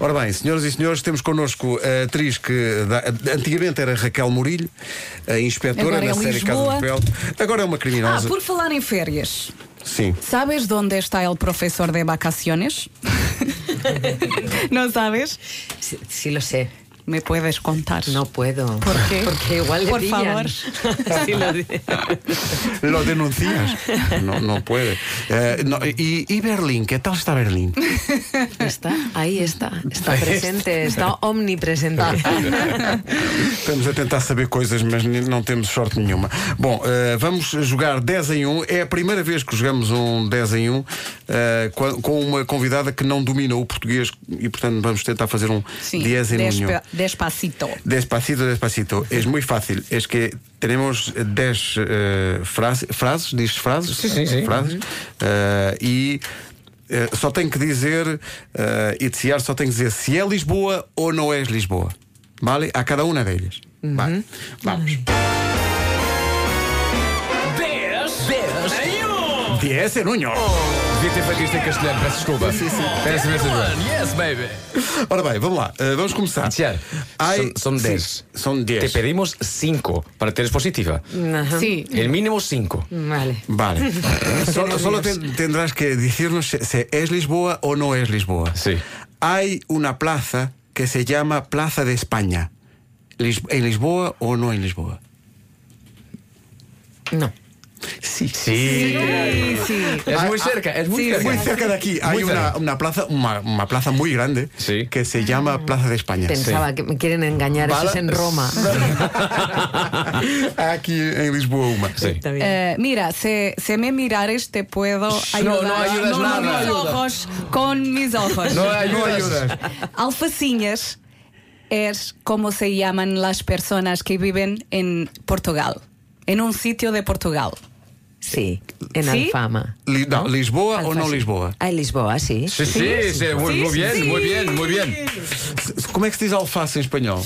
Ora bem, senhoras e senhores, temos connosco a atriz que da- antigamente era Raquel Murilho, a inspetora Agora é na série Casa de Lisboa. Papel. Agora é uma Ah, criminosa. por falar em férias, Sim. sabes de onde está el professor de vacaciones? ¿No sabes? Sí, sí lo sé. ¿Me puedes contar? No puedo. ¿Por qué? Porque igual le Por pillan. favor. Sí lo di- Lo denuncias. No, no puede. Eh, no, y, y Berlín, ¿qué tal está Berlín? Está, ahí está. Está presente, está omnipresente. Estamos a tentar saber coisas, mas ni- não temos sorte nenhuma. Bom, eh, vamos jogar 10 em 1. É a primeira vez que jogamos um 10 em 1 eh, co- com, uma convidada que não domina o português e, portanto, vamos tentar fazer um Sí, 10 em 1. despa- despacito. Despacito, despacito. Es muy fácil. Es que tenemos 10 eh, frase- frases, diz frases, frases eh, e eh, só tem que dizer eh, e desejar, só tem que dizer se é Lisboa ou não é Lisboa. Vale? A cada uma delas. Vale. Vamos. 10 en uno. Devia ter feito isto em castelhano, peço desculpa. Sim, sim. Peço imensa desculpa. Yes, baby. Ora bem, vamos lá. Eh, vamos começar. Iniciar. Ai- Son- son sim, 10. São Te 10. pedimos 5 para teres positiva. Ajá. Sí. El mínimo 5. Vale. Vale. solo solo te- tendrás que decirnos si, si es Lisboa o no es Lisboa. Sí. Hay una plaza que se llama Plaza de España. Lis- ¿En Lisboa o no en Lisboa? No. Sí. Sí. Sí, sí. Es muy cerca, es muy Sí, cerca. Muy cerca de aquí hay Muy una, cerca. una plaza, una, una plaza muy grande Sí. que se llama Plaza de España. Pensaba que me quieren engañar. Eso Vale. es en Roma. aquí en Lisboa una. Sí. Está bien. Eh, mira, si, si me mirares te puedo ayudar. no ayudas No, no, nada. mis ojos, con mis ojos. No ayudas. Alfacinhas es como se llaman las personas que viven en Portugal, en un sitio de Portugal. Sí, en ¿Sí? Alfama. Li- no, ¿Lisboa o no Alfama. Lisboa? Ah, en Lisboa, sí. Sí, sí, sí, Muy, Sí, muy bien, sí. muy bien, muy bien. ¿Cómo es que se dice alface en español?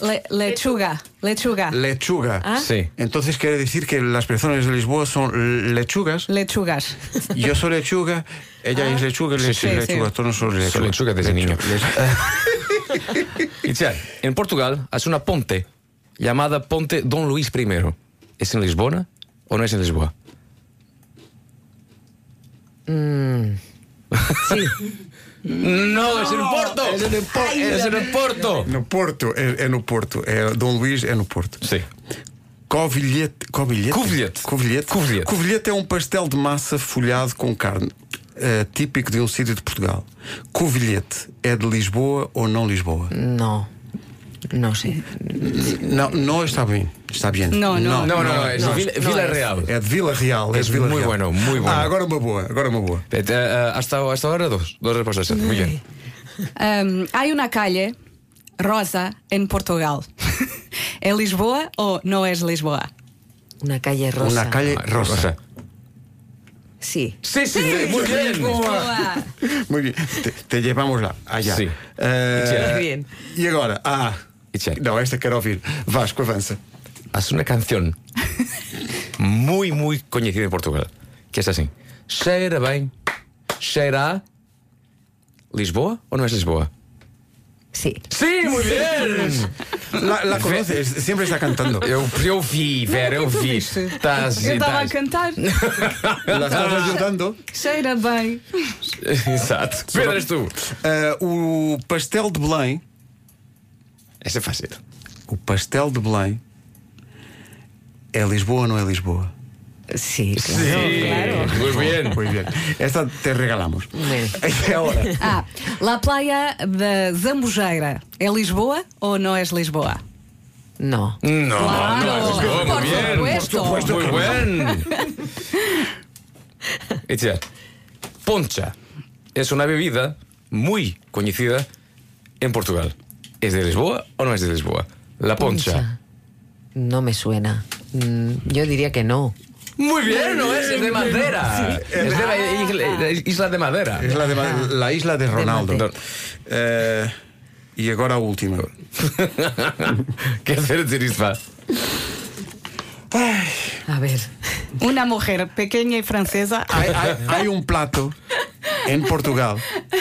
Le- lechuga, lechuga, Lechuga. Sí. Entonces quiere decir que las personas de Lisboa son lechugas. lechugas. Yo soy lechuga, ella es lechuga, le- sí. lechuga, Sí. tú no soy lechuga. Soy lechuga desde niño. Itziar, en Portugal hay una ponte llamada Ponte Don Luis I. ¿Es en Lisboa o no es en Lisboa? Mm. No, es en Porto. Es en, Porto. No Porto, é, é no Porto. É, Dom Luís é no Porto. Sí. Covilhete. Covilhete. Covilhete. Covilhete. Covilhete. Covilhete é um pastel de massa folhado com carne, eh, típico de um sítio de Portugal. Covilhete é de Lisboa ou não Lisboa? No. No sé. Não, não está bem. Está bem. Não, não. No, no, no, es no, Vila, no Vila es. Real. É de Vila Real. É, Es de Vila muy Real. é- bueno, muy bueno. Ah, agora uma boa, agora uma boa. Eh, eh, hasta, hasta ahora dos. Dos respuestas. Muy bien. Um, hay una calle rosa en Portugal. ¿Es Lisboa o no es Lisboa? Una calle rosa. Una calle rosa. Sí. Sí, sí, sí, muy bien. Lisboa. Muy bien, te, te llevamos lá, allá. Sim. Eh, Itziar. Muy bien. E agora? Ah, Itziar. não, esta quero ouvir. Vasco, avança. Haz una canción muy, muy conocida en Portugal. Que es así. Será bien. Será Lisboa o no es Lisboa? Sí. Sí, muy bien. La, la conoces, siempre está cantando. Eu, eu vi, Vera, eu vi. Estás, e Eu estava a estás- cantar. La estás ajudando. Cheira bem. Exato. Pedro, és tu. Eh, o pastel de Belém. Essa é fácil. O pastel de Belém. É Lisboa ou não é Lisboa? Sí. claro. Muy bien. Muy bien. Esta te regalamos. Bem. É a hora. Ah, La Playa da Zambujeira. É Lisboa ou não és Lisboa? No. No, Claro. no, no, Por muy bien. supuesto. Muy bien. Itziar, poncha es una bebida muy conocida en Portugal. ¿Es de Lisboa o no es de Lisboa? La poncha. Concha. No me suena. Mm, Yo diría que no. Muy bien, no es, es de madera. Es de la isla- isla de madera. Es la, de, la isla de Ronaldo. Madrid. Eh, e agora a última. ¿Qué hacer, Tirispa? A ver. Uma mulher pequena e francesa. Hay, hay- hay un plato en Portugal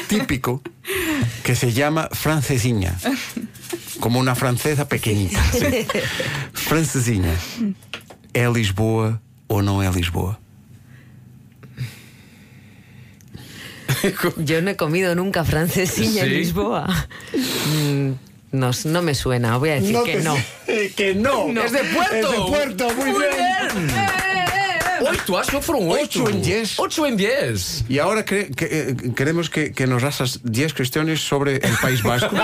típico que se llama francesiña. Como una francesa pequeñita. sí. Francesinha. É Lisboa ou não é Lisboa? Yo no he comido nunca francesiña en Sí. Lisboa. Mm, No, no me suena, voy a decir que te- no. que no. Es de Puerto. Es de Puerto, muy, Muy bien. bien. Ocho, acho que fueron ocho. Ocho en diez. Ocho en diez. Y ahora cre- que, eh, queremos que, que nos hagas 10 cuestiones sobre el País Vasco.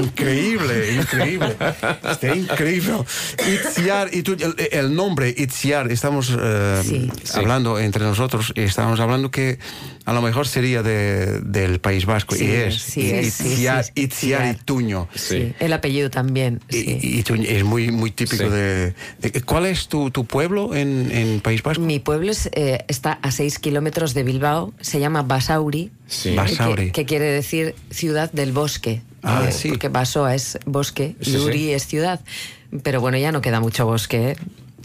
increíble, increíble. Está increíble. Itziar, y tú- el, el nombre Itziar, estamos eh, Sí. Sí. hablando entre nosotros, estamos hablando que a lo mejor sería de- del País Vasco. Sí, y es. sí es, sí, Itziar, sí, sí. Itziar y Tuño. Sí. Sí, El apellido también. sí. Y, y tú- es muy, muy típico Sí. de, de- ¿Cuál es tu, tu pueblo en, en País Vasco? Mi pueblo es, eh, está a 6 kilómetros de Bilbao, se llama Basauri, Sí. Basauri. Que, que quiere decir ciudad del bosque. Ah, eh, sí. Porque Basoa es bosque Sí, y sí. Uri es ciudad. Pero bueno, ya no queda mucho bosque. ¿eh?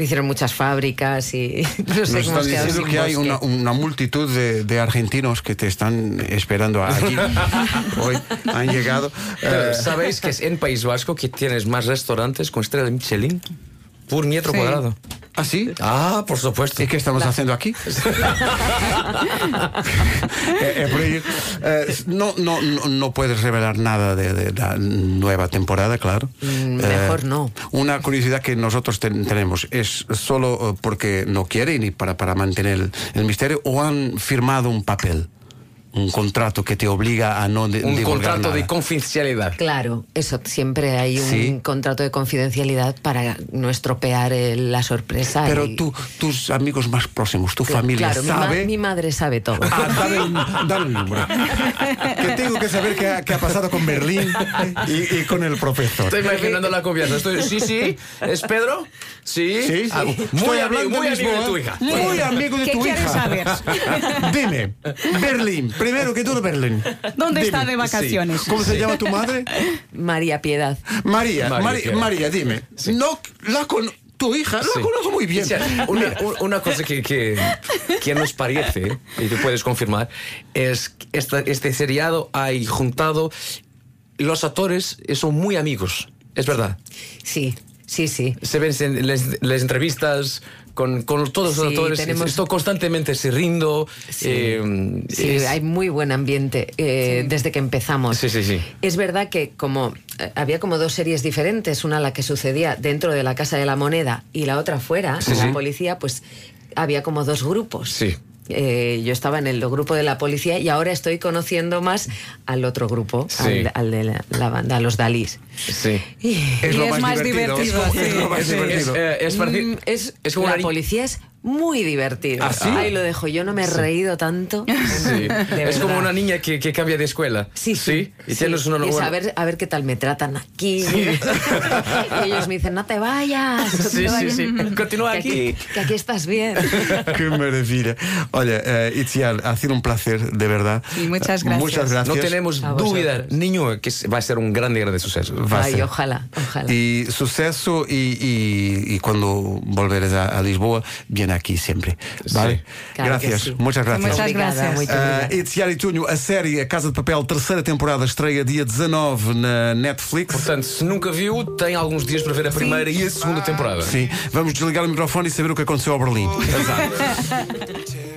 Hicieron muchas fábricas y no sé Nos cómo están se diciendo que hay una, una multitud de, de argentinos que te están esperando allí. Hoy han llegado. Pero, Eh, ¿Sabéis que es en País Vasco que tienes más restaurantes con estrella de Michelin por metro Sí. cuadrado? ¿Ah, sí? Ah, por supuesto. ¿Y qué estamos haciendo aquí? Eh, eh, por ello, eh, no, no, no, no puedes revelar nada de, de la nueva temporada, claro. Mm, Eh, mejor no. Una curiosidad que nosotros ten- tenemos es solo eh, porque no quieren y para, para mantener el, el misterio o han firmado un papel, un contrato que te obliga a no de- Un divulgar contrato de nada. confidencialidad. Claro, eso siempre hay un Sí. contrato de confidencialidad para no estropear eh, la sorpresa. Pero y- tú, tus amigos más próximos, tu Cla- familia claro, mi ma- sabe. Mi, madre sabe todo. Ah, dame, el- dame el número. Que tengo que saber qué ha, qué ha pasado con Berlín y, y con el profesor. Estoy imaginando la confianza. Estoy, sí, sí. ¿Es Pedro? Sí. Sí, sí. Ah, Muy Estoy hablando muy de amigo Lisboa, de tu hija. Muy amigo de ¿Qué tu quieres hija. saber? Dime, Berlín, primero que todo Berlín. ¿Dónde Dime. está de vacaciones? ¿Cómo se llama tu madre? María Piedad. María, María, Mari- ¿qué? María, dime. No, la con tu hija, la Sí. conozco muy bien. O sea, una, un- una cosa que, que, que nos parece, y tú puedes confirmar, es que esta- este seriado hay juntado. Los actores son muy amigos, es verdad. Sí, sí, sí. Se ven en las, las entrevistas con, con todos los Sí, actores. tenemos- Esto constantemente se rindo. Sí. eh, Sí, es- hay muy buen ambiente eh, desde que empezamos. Sí, sí, sí. Es verdad que como eh, había como dos series diferentes, una la que sucedía dentro de la Casa de la Moneda y la otra fuera, Sí, la sí. policía, pues había como dos grupos. Sí. Eh, yo estaba en el grupo de la policía y ahora estoy conociendo más al otro grupo, Sí. al, al de la, la banda, a los Dalís. sí. es Y lo es más, más divertido. divertido, es como- sí. es lo más Es, es, divertido. eh, es parecido- Mm, es- es como la una- policía es muy divertida. ¿Ah, sí? Ahí lo dejo. Yo no me he reído tanto. Sí. De Es como verdad. una niña que, que cambia de escuela. Sí, sí. Y sí. tienes una Y es nueva- a ver, a ver qué tal me tratan aquí. y ellos me dicen, no te vayas. no te Sí, sí, vayas, sí. Continúa que aquí. Que aquí estás bien. Qué maravilla. Oye, eh, Itziar, ha sido un placer, de verdad. Sí, muchas Eh, gracias. Muchas gracias. No tenemos A vosotros. duda, niño, que va a ser un grande, grande suceso. Va a Ay, ser. ojalá, ojalá. Y suceso y, y- y cuando volveres a, a Lisboa, viene aquí siempre. ¿Vale? Sí. Claro que gracias, sí. muchas gracias. Muchas Obrigada, gracias. muito Ah, obrigada. Itziar e Tunho, a série A Casa de Papel, terceira temporada, estreia dia 19 na Netflix. Portanto, se nunca viu, tem alguns dias para ver a primeira e a segunda temporada. Oh, Sim, vamos desligar o microfone e saber o que aconteceu ao Berlim. Azar.